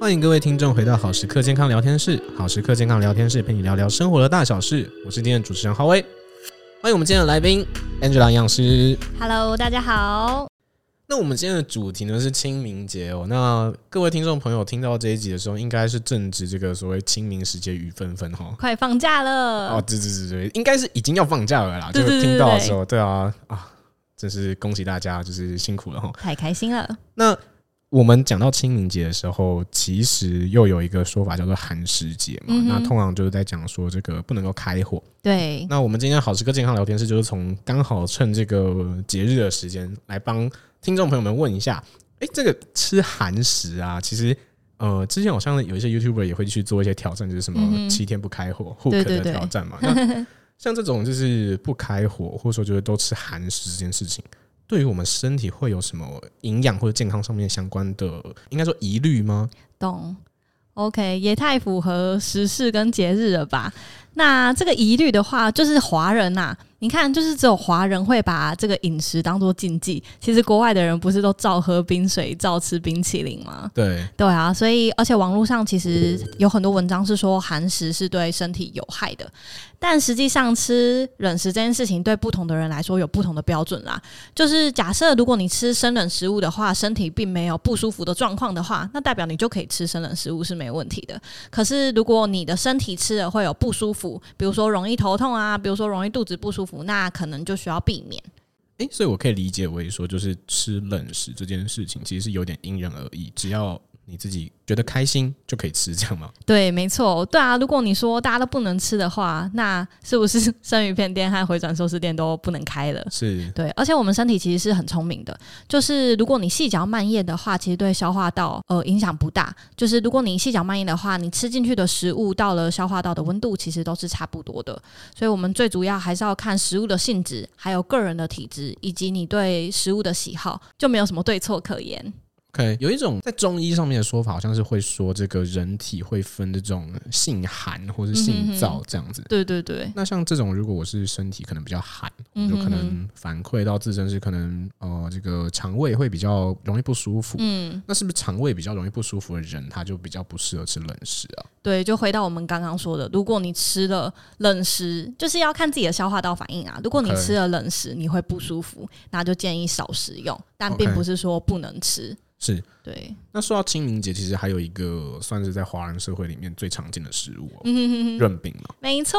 欢迎各位听众回到好时刻健康聊天室。好时刻健康聊天室陪你聊聊生活的大小事，我是今天的主持人浩威。欢迎我们今天的来宾 Angela 营养师。 Hello，大家好。那我们今天的主题呢是清明节哦。那各位听众朋友听到这一集的时候，应该是正值这个所谓清明时节雨纷纷哈。快放假了，哦，对对对对，应该是已经要放假了啦。呃对对就是对听到的对时候，对啊啊，真是恭喜大家，就是辛苦了哈。哦太开心了。那我们讲到清明节的时候，其实又有一个说法叫做寒食节嘛。嗯哼那通常就是在讲说这个不能够开火。对，那我们今天好时刻健康聊天室就是从刚好趁这个节日的时间来帮听众朋友们问一下，诶，这个吃寒食啊，其实呃，之前好像有一些 YouTuber 也会去做一些挑战，就是什嗯么哼七天不开火 hook 对对的对挑 战嘛。那像这种就是不开火，或者说就是都吃寒食这件事情。对于我们身体会有什么营养或者健康上面相关的，应该说疑虑吗？懂。OK，也太符合时事跟节日了吧？那这个疑虑的话，就是华人呐、你看，就是只有华人会把这个饮食当做禁忌，其实国外的人不是都照喝冰水、照吃冰淇淋吗？对，对啊，所以而且网络上其实有很多文章是说寒食是对身体有害的，但实际上吃冷食这件事情对不同的人来说有不同的标准啦。就是假设如果你吃生冷食物的话，身体并没有不舒服的状况的话，那代表你就可以吃生冷食物是没问题的。可是如果你的身体吃了会有不舒服，比如说容易头痛啊，比如说容易肚子不舒服，那可能就需要避免。诶，所以我可以理解为说，就是吃冷食这件事情，其实是有点因人而异，只要你自己觉得开心就可以吃，这样 吗？对，没错，对啊。如果你说大家都不能吃的话，那是不是 生鱼片店和回转寿司店都不能开了？是，对，而且我们身体其实是很聪明的，就是如果你细嚼慢咽的话，其实对消化道呃影响不大。就是如果你细嚼慢咽的话，你吃进去的食物到了消化道的温度其实都是差不多的。所以我们最主要还是要看食物的性质，还有个人的体质，以及你对食物的喜好，就没有什么对错可言。 OK，有一种在中医上面的说法，好像是会说这个人体会分这种性寒或是嗯性哼哼燥这样子。对对对，那像这种，如果我是身体可能比较寒，我嗯就可哼哼能反馈到自身是可能呃这个肠胃会比较容易不舒服。嗯。那是不是肠胃比较容易不舒服的人，他就比较不适合吃冷食啊？对，就回到我们刚刚说的，如果你吃了冷食，就是要看自己的消化道反应啊。如果你 OK 吃了冷食，你会不舒服，那就建议少食用，但 OK 并不是说不能吃。是，对， 那说到清明节，其实还有一个算是在华人社会里面最常见的食物、哦，嗯哼哼哼，润饼嘛。没错，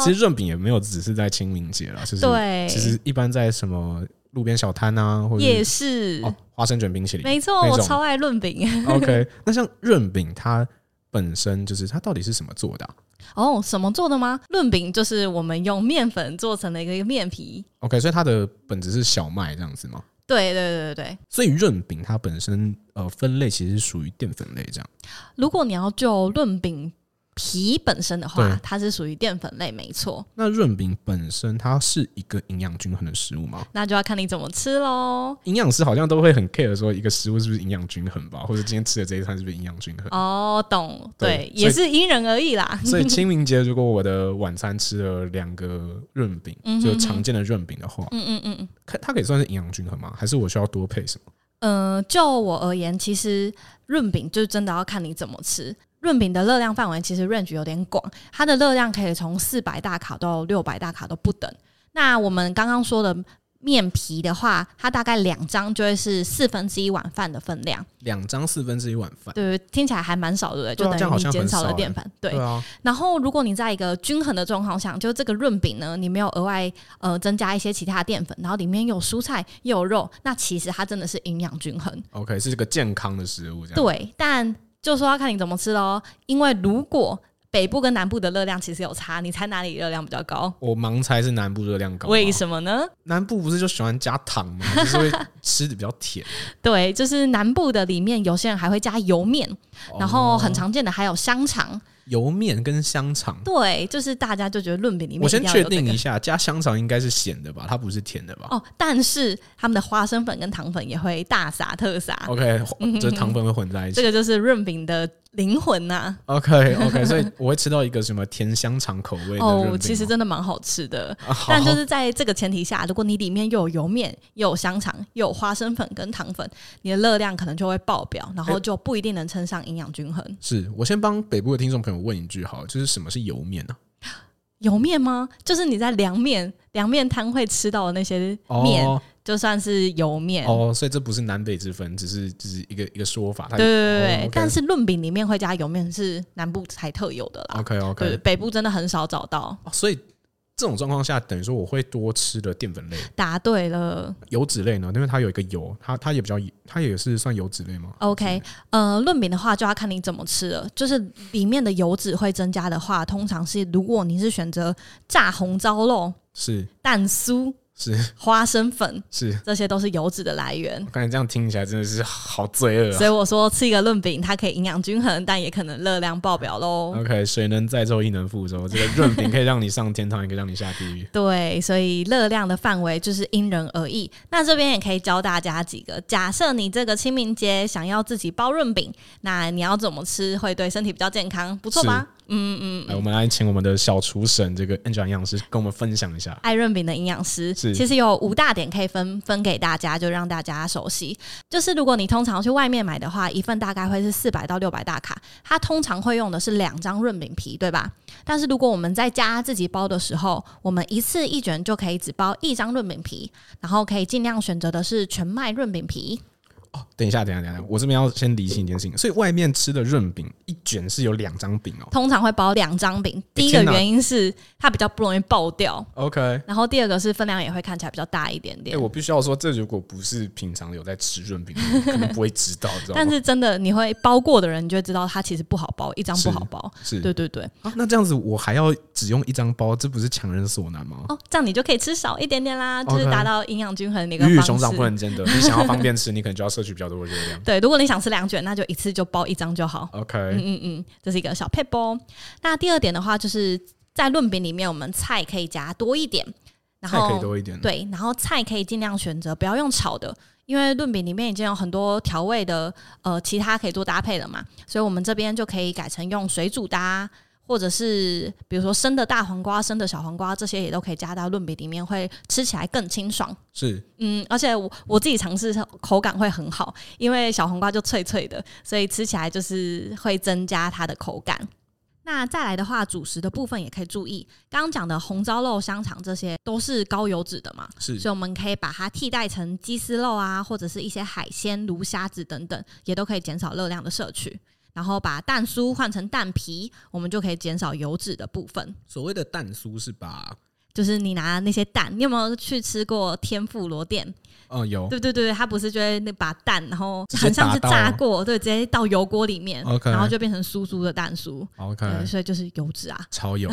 其实润饼也没有只是在清明节啦，其实嗯对，其实一般在什么路边小摊啊，或者也是是，哦花生卷冰淇淋。没错，那我种超爱润饼。 OK，那 像润饼它本身就是它到底是什么做的啊、哦，什么做的吗？润饼就是我们用面粉做成的一个面皮。 ？OK，所以它的本质是小麦这样子吗？对对对对对，所以润饼它本身呃分类其实是属于淀粉类这样。如果你要就润饼皮本身的话对，它是属于淀粉类，没错。那润饼本身它是一个营养均衡的食物吗？那就要看你怎么吃喽。营养师好像都会很 care 说一个食物是不是营养均衡吧，或者今天吃的这一餐是不是营养均衡。哦，懂，对对，所以也是因人而异啦。 所以清明节如果我的晚餐吃了两个润饼，嗯哼就常见的润饼的话，嗯嗯嗯嗯。看它可以算是营养均衡吗？还是我需要多配什么？呃，就我而言，其实润饼就真的要看你怎么吃。润饼的热量范围其实 range 有点广，它的热量可以从四百大卡到六百大卡都不等。那我们刚刚说的面皮的话，它大概两张就会是四分之一碗饭的分量，两张四分之一碗饭，对，听起来还蛮少，对不对？对啊这就样等于好你像很减少少了欸淀粉，对。啊，然后，如果你在一个均衡的状况下，就这个润饼呢，你没有额外呃增加一些其他的淀粉，然后里面有蔬菜又有肉，那其实它真的是营养均衡。 OK，是个健康的食物这样。，对，但就说要看你怎么吃喽，因为如果北部跟南部的热量其实有差，你猜哪里热量比较高？我盲猜是南部热量高吗，为什么呢？南部不是就喜欢加糖 吗？就是会吃的比较甜，对，就是南部的里面有些人还会加油面，然后很哦常见的还有香肠。油面跟香肠。对，就是大家就觉得论饼里面我先一定要确有这定个一下，加香肠应该是咸的吧？它不是甜的吧、哦，但是他们的花生粉跟糖粉也会大撒特撒， o k 嗯这糖分会混在一这起。个就是润饼的灵魂呐、 OK OK，所以我会吃到一个什么甜香肠口味的润饼吗哦，其实真的蛮好吃的。啊好但就是在这个前提下，如果你里面又有油面、又有香肠、又有花生粉跟糖粉，你的热量可能就会爆表，然后哎就不一定能称上营养均衡。是我先帮北部的听众朋友问一句好了，就是什么是油面啊呢、油面吗？就是你在凉面凉面摊会吃到的那些啊？面，哦就算是油面。哦，所以这不是南北之分，只是只是一个一个说法。它对对对对哦对，OK 但是论饼里面会加油面是南部才特有的啦。 OK 对，哦 OK，、北部真的很少找到。哦所以这种状况下，等于说我会多吃的淀粉类、答对了油脂类呢，因为它有一个油，它它也比较，它也是算油脂类吗，OK。呃，论饼的话就要看你怎么吃了，就是里面的油脂会增加的话，通常是如果你是选择炸红糟肉、是蛋酥、是花生粉，是，这些都是油脂的来源我。刚才这样听起来真的是好罪恶、啊。所以我说吃一个论饼，它可以营养均衡，但也可能热量爆表喽。 OK，水能载舟，亦能覆舟。这个润饼可以让你上天堂，也可以让你下地狱。对，所以热量的范围就是因人而异。那这边也可以教大家几个，假设你这个清明节想要自己包润饼，那你要怎么吃会对身体比较健康？不错吧？嗯嗯来，嗯。我们来请我们的小厨神这个 N 转营养师跟我们分享一下。爱润饼的营养师，是其实有五大点可以分分给大家，就让大家熟悉。就是如果你通常去外面买的话，一份大概会是四百到六百大卡，它通常会用的是两张润饼皮，对吧？但是如果我们在家自己包的时候，我们一次一卷就可以只包一张润饼皮，然后可以尽量选择的是全麦润饼皮。哦，等一下，等一下，等一下，我这边要先理清一件事情。所以外面吃的润饼一卷是有两张饼哦。通常会包两张饼，第一天个哪原因是它比较不容易爆掉， OK，哎、然后第二个是分量也会看起来比较大一点点。我必须要说，这如果不是平常有在吃润饼的人，可能不会知 道，知道吗？但是真的，你会包过的人，你就会知道它其实不好包，一张不好包。是对对对，啊，那这样子我还要只用一张包，这不是强人所难吗？哦，这样你就可以吃少一点点啦，就是 OK 达到营养均衡的一个鱼与哦熊掌方不式。能兼得，你想要方便吃，你可能就要摄取比较多的热 量。对，如果你想吃两卷，那就一次就包一张就好。 OK，、嗯嗯嗯，这是一个小 p a 那第二点的话，就是在论饼里面，我们菜可以加多一点，然菜可以后多一点。，对，然后菜可以尽量选择不要用炒的，因为论饼里面已经有很多调味的呃其他可以做搭配了嘛，所以我们这边就可以改成用水煮的、啊，或者是比如说生的大黄瓜、生的小黄瓜这些也都可以加到论饼里面，会吃起来更清爽。是嗯，而且我我自己尝试口感会很好，因为小黄瓜就脆脆的，所以吃起来就是会增加它的口感。那再来的话，主食的部分也可以注意，刚刚讲的红烧肉、香肠这些都是高油脂的嘛，是所以我们可以把它替代成鸡丝肉啊，或者是一些海鲜、如虾子等等，也都可以减少热量的摄取。然后把蛋酥换成蛋皮，我们就可以减少油脂的部分。所谓的蛋酥是把，就是你拿那些蛋，你有没有去吃过天妇罗店？嗯、有对对对，它不是就会那把蛋，然后直接很像是打到炸过，对，直接到油锅里面 OK 然后就变成酥酥的蛋酥。 OK，对，所以就是油脂啊。超 油，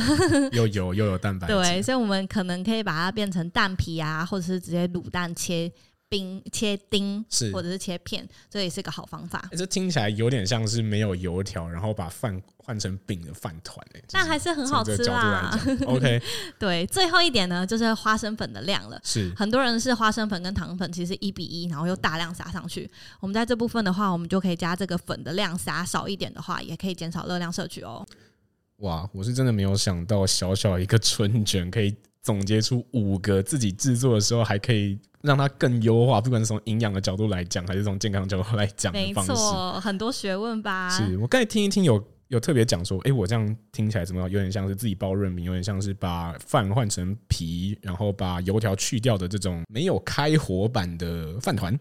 又油又有蛋白质。对，所以我们可能可以把它变成蛋皮啊，或者是直接卤蛋切冰、切丁，是或者是切片，这也是个好方法。欸这听起来有点像是没有油条，然后把饭换成饼的饭团哎、欸，但还是很好从这吃啊个角度来啦。讲，OK， 对，最后一点呢，就是花生粉的量了。是很多人是花生粉跟糖粉其实一比一，然后又大量撒上去。我们在这部分的话，我们就可以加这个粉的量，撒少一点的话，也可以减少热量摄取哦。哇，我是真的没有想到，小小一个春卷可以总结出五个自己制作的时候还可以让它更优化，不管是从营养的角度来讲，还是从健康角度来讲的没方式。错，很多学问吧。是我刚才听一听有。有特别讲说，诶，我这样听起来怎么样有点像是自己包润饼，有点像是把饭换成皮，然后把油条去掉的这种没有开火版的饭团。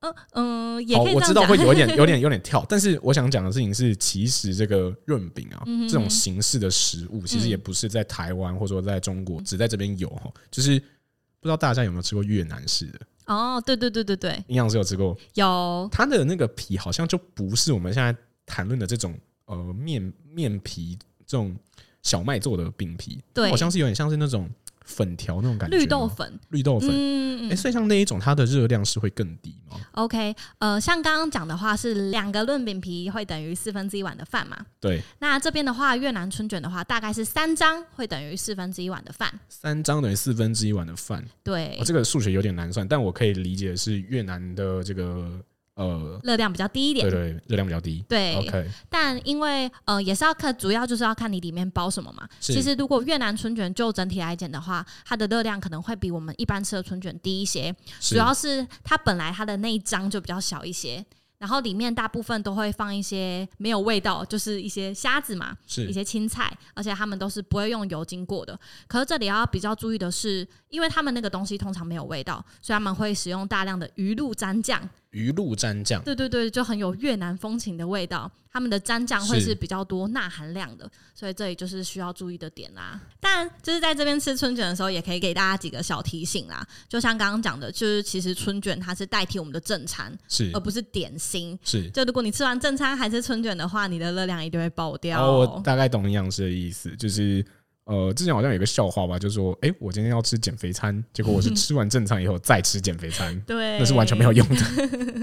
嗯嗯，也好，可以这我样知讲道会有一点、有点、有点跳，但是我想讲的事情是，其实这个润饼啊，嗯哼嗯这种形式的食物，其实也不是在台湾或者说在中国，只在这边有哈。就是不知道大家有没有吃过越南式的？ 哦，对对对对对，营养师有吃过，有它的那个皮好像就不是我们现在谈论的这种呃面面皮这种小麦做的饼皮，对好像是有点像是那种粉条那种感觉吗，绿豆粉，绿豆粉。嗯哎、所以像那一种，它的热量是会更低吗？ ，OK，呃，像刚刚讲的话是两个论饼皮会等于四分之一碗的饭嘛？对，那这边的话，越南春卷的话，大概是三张会等于四分之一碗的饭。三张等于四分之一碗的饭。哦对我、，这个数学有点难算，但我可以理解是越南的这个呃，热量比较低一点对。对，热量比较低。对 OK，但因为呃也是要看，主要就是要看你里面包什么嘛。是其实如果越南春卷就整体来讲的话，它的热量可能会比我们一般吃的春卷低一些，是主要是它本来它的那一张就比较小一些。然后里面大部分都会放一些没有味道，就是一些虾子嘛，一是些青菜，而且他们都是不会用油经过的。可是这里要比较注意的是，因为他们那个东西通常没有味道，所以他们会使用大量的鱼露蘸酱。鱼露蘸酱。对对对，就很有越南风情的味道。他们的蘸酱会是是比较多钠含量的，所以这里就是需要注意的点啦。但就是在这边吃春卷的时候，也可以给大家几个小提醒啦。就像刚刚讲的，就是其实春卷它是代替我们的正餐，是而不是点心。是。就如果你吃完正餐还吃春卷的话，你的热量一定会爆掉。然后哦我大概懂营养师的意思，就是呃，之前好像有个笑话吧，就说，哎、我今天要吃减肥餐，结果我是嗯吃完正餐以后再吃减肥餐， 对，那是完全没有用的。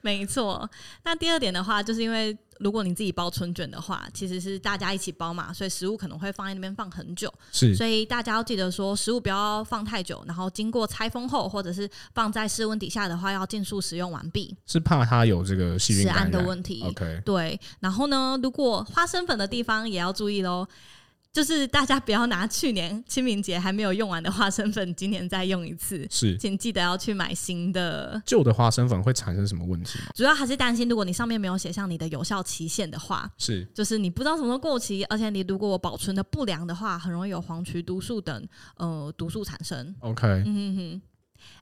没错，那第二点的话，就是因为如果你自己包春卷的话，其实是大家一起包嘛，所以食物可能会放在那边放很久， 是所以大家要记得说食物不要放太久，然后经过拆封后，或者是放在室温底下的话，要尽速使用完毕，是怕它有这个细菌食安感的染。问题。 OK，对，然后呢，如果花生粉的地方也要注意喽。就是大家不要拿去年清明节还没有用完的花生粉，今年再用一次，是请记得要去买新的。旧的花生粉会产生什么问题吗？主要还是担心，如果你上面没有写上你的有效期限的话，是就是你不知道什么时候过期，而且你如果保存的不良的话，很容易有黄曲毒素等呃毒素产生。 OK，、嗯哼哼。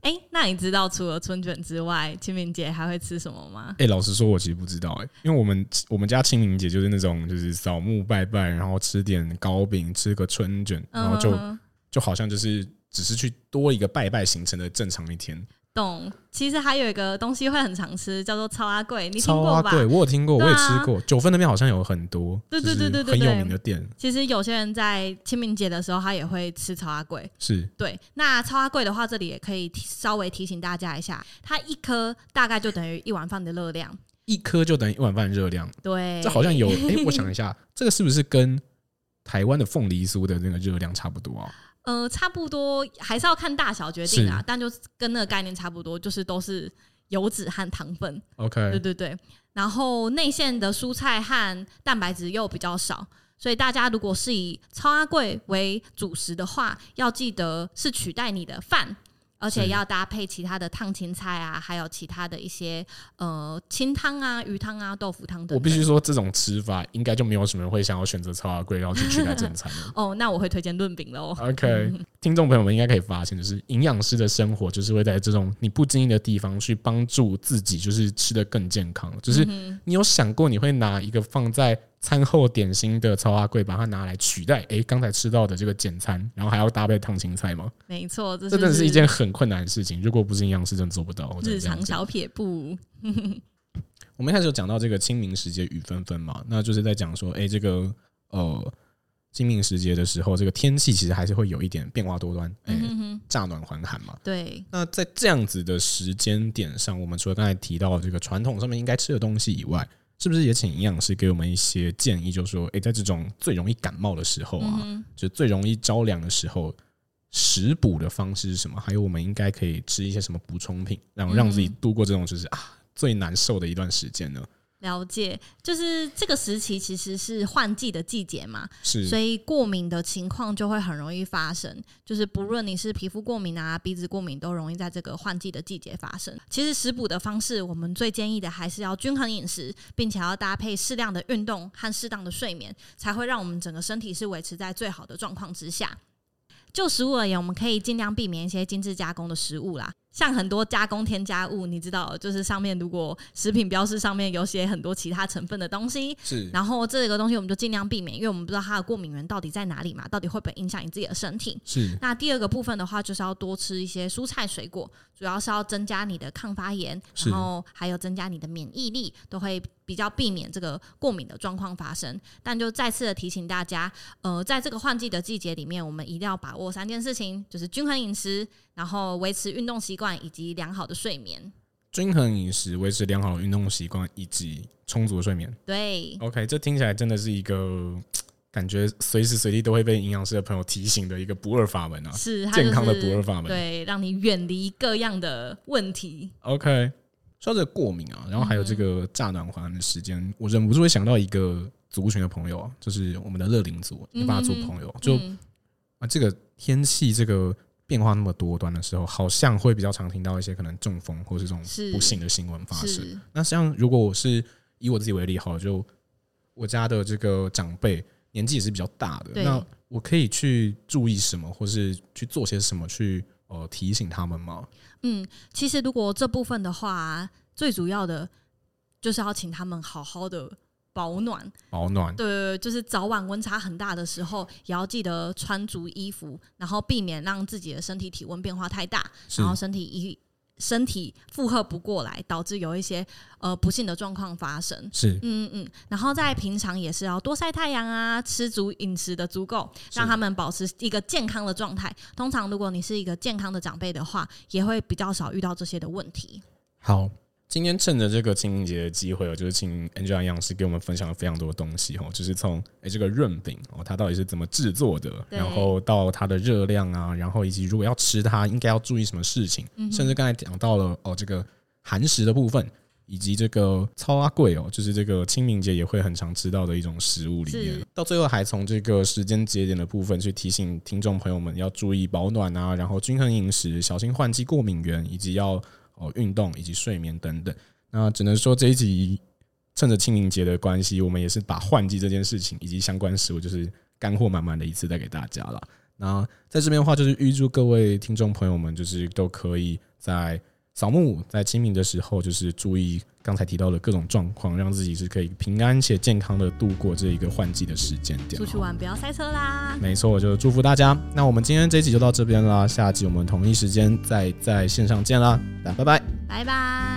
哎、那你知道除了春卷之外，清明节还会吃什么吗？哎、老实说，我其实不知道哎、因为我们我们家清明节就是那种就是扫墓拜拜，然后吃点糕饼，吃个春卷，然后就、嗯就好像就是只是去多一个拜拜行程的正常一天。懂。其实还有一个东西会很常吃，叫做超阿贵，你听超过啊，吧？对我有听过，我也对啊吃过。九份那边好像有很多，对就是对对对很对有对名的店其实有些人在清明节的时候，他也会吃超阿贵。是对，那超阿贵的话，这里也可以提稍微提醒大家一下，它一颗大概就等于一碗饭的热量。一颗就等于一碗饭热量。对，这好像有，哎、我想一下，这个是不是跟台湾的凤梨酥的那个热量差不多啊？呃，差不多还是要看大小决定啊是，但就是跟那个概念差不多，就是都是油脂和糖分，对 OK，对对。然后内馅的蔬菜和蛋白质又比较少，所以大家如果是以超阿贵为主食的话，要记得是取代你的饭。而且是要搭配其他的烫青菜啊，还有其他的一些呃清汤啊、鱼汤啊、豆腐汤等等。我必须说，这种吃法应该就没有什么人会想要选择超阿贵，然后去取代正餐了。哦，那我会推荐润饼喽。 OK，听众朋友们应该可以发现，就是营养师的生活就是会在这种你不经意的地方去帮助自己，就是吃得更健康。嗯就是你有想过你会拿一个放在餐后点心的超阿贵，把它拿来取代诶刚才吃到的这个简餐，然后还要搭配烫青菜吗？没错，这这真的是是一件很困难的事情，如果不是营养师，真的做不到。我只能日这样常讲小撇步。我们一开始有讲到这个清明时节雨纷纷嘛，那就是在讲说，哎、这个呃清明时节的时候，这个天气其实还是会有一点变化多端，哎、嗯哼哼，乍暖还寒嘛。对，那在这样子的时间点上，我们除了刚才提到这个传统上面应该吃的东西以外，是不是也请营养师给我们一些建议？就是说，诶、在这种最容易感冒的时候啊，嗯就最容易着凉的时候，食补的方式是什么？还有我们应该可以吃一些什么补充品，让让自己度过这种就是啊最难受的一段时间呢？了解，就是这个时期其实是换季的季节嘛，是所以过敏的情况就会很容易发生。就是不论你是皮肤过敏啊、鼻子过敏，都容易在这个换季的季节发生。其实食补的方式，我们最建议的还是要均衡饮食，并且要搭配适量的运动和适当的睡眠，才会让我们整个身体是维持在最好的状况之下。就食物而言，我们可以尽量避免一些精致加工的食物啦。像很多加工添加物，你知道，就是上面如果食品标示上面有写很多其他成分的东西，是然后这个东西我们就尽量避免，因为我们不知道它的过敏源到底在哪里嘛，到底会不会影响你自己的身体。是那第二个部分的话，就是要多吃一些蔬菜水果，主要是要增加你的抗发炎，是然后还有增加你的免疫力，都会比较避免这个过敏的状况发生。但就再次的提醒大家，呃，在这个换季的季节里面，我们一定要把握三件事情，就是均衡饮食，然后维持运动习惯以及良好的睡眠。均衡饮食，维持良好的运动习惯以及充足的睡眠。对， OK，这听起来真的是一个感觉随时随地都会被营养师的朋友提醒的一个不二法门啊，是它健康的就是不二法门对，让你远离各样的问题。 OK，说到这个过敏啊，然后还有嗯这个乍暖还寒的时间，我忍不住会想到一个族群的朋友啊，就是我们的乐龄族，嗯一八族朋友，就、嗯啊，这个天气这个变化那么多端的时候，好像会比较常听到一些可能中风或是这种是不幸的新闻发生。是那像如果我是以我自己为例好了，就我家的这个长辈年纪也是比较大的，对那我可以去注意什么，或是去做些什么去呃提醒他们吗？嗯，其实如果这部分的话，最主要的就是要请他们好好的保暖。保暖对，就是早晚温差很大的时候，也要记得穿足衣服，然后避免让自己的身体体温变化太大，是然后身体一身体负荷不过来，导致有一些呃不幸的状况发生。是嗯嗯，嗯，然后在平常也是要多晒太阳啊，吃足饮食的足够，是让他们保持一个健康的状态。通常如果你是一个健康的长辈的话，也会比较少遇到这些的问题。好。今天趁着这个清明节的机会哦，就是请 Angela 样师给我们分享了非常多的东西哦，就是从诶、这个润饼哦，它到底是怎么制作的，对然后到它的热量啊，然后以及如果要吃它应该要注意什么事情，嗯哼甚至刚才讲到了哦这个寒食的部分，以及这个超阿贵哦，就是这个清明节也会很常吃到的一种食物里面是。到最后还从这个时间节点的部分去提醒听众朋友们要注意保暖啊，然后均衡饮食，小心换季过敏源，以及要哦运动以及睡眠等等。那只能说这一集趁着清明节的关系，我们也是把换季这件事情以及相关食物，就是干货满满的一次带给大家了。那在这边的话，就是预祝各位听众朋友们，就是都可以在扫墓、在清明的时候，就是注意刚才提到的各种状况，让自己是可以平安且健康的度过这一个换季的时间点哦出。去玩不要塞车啦，没错，我就祝福大家。那我们今天这一集就到这边啦，下集我们同一时间再在线上见啦，大家拜拜。拜拜。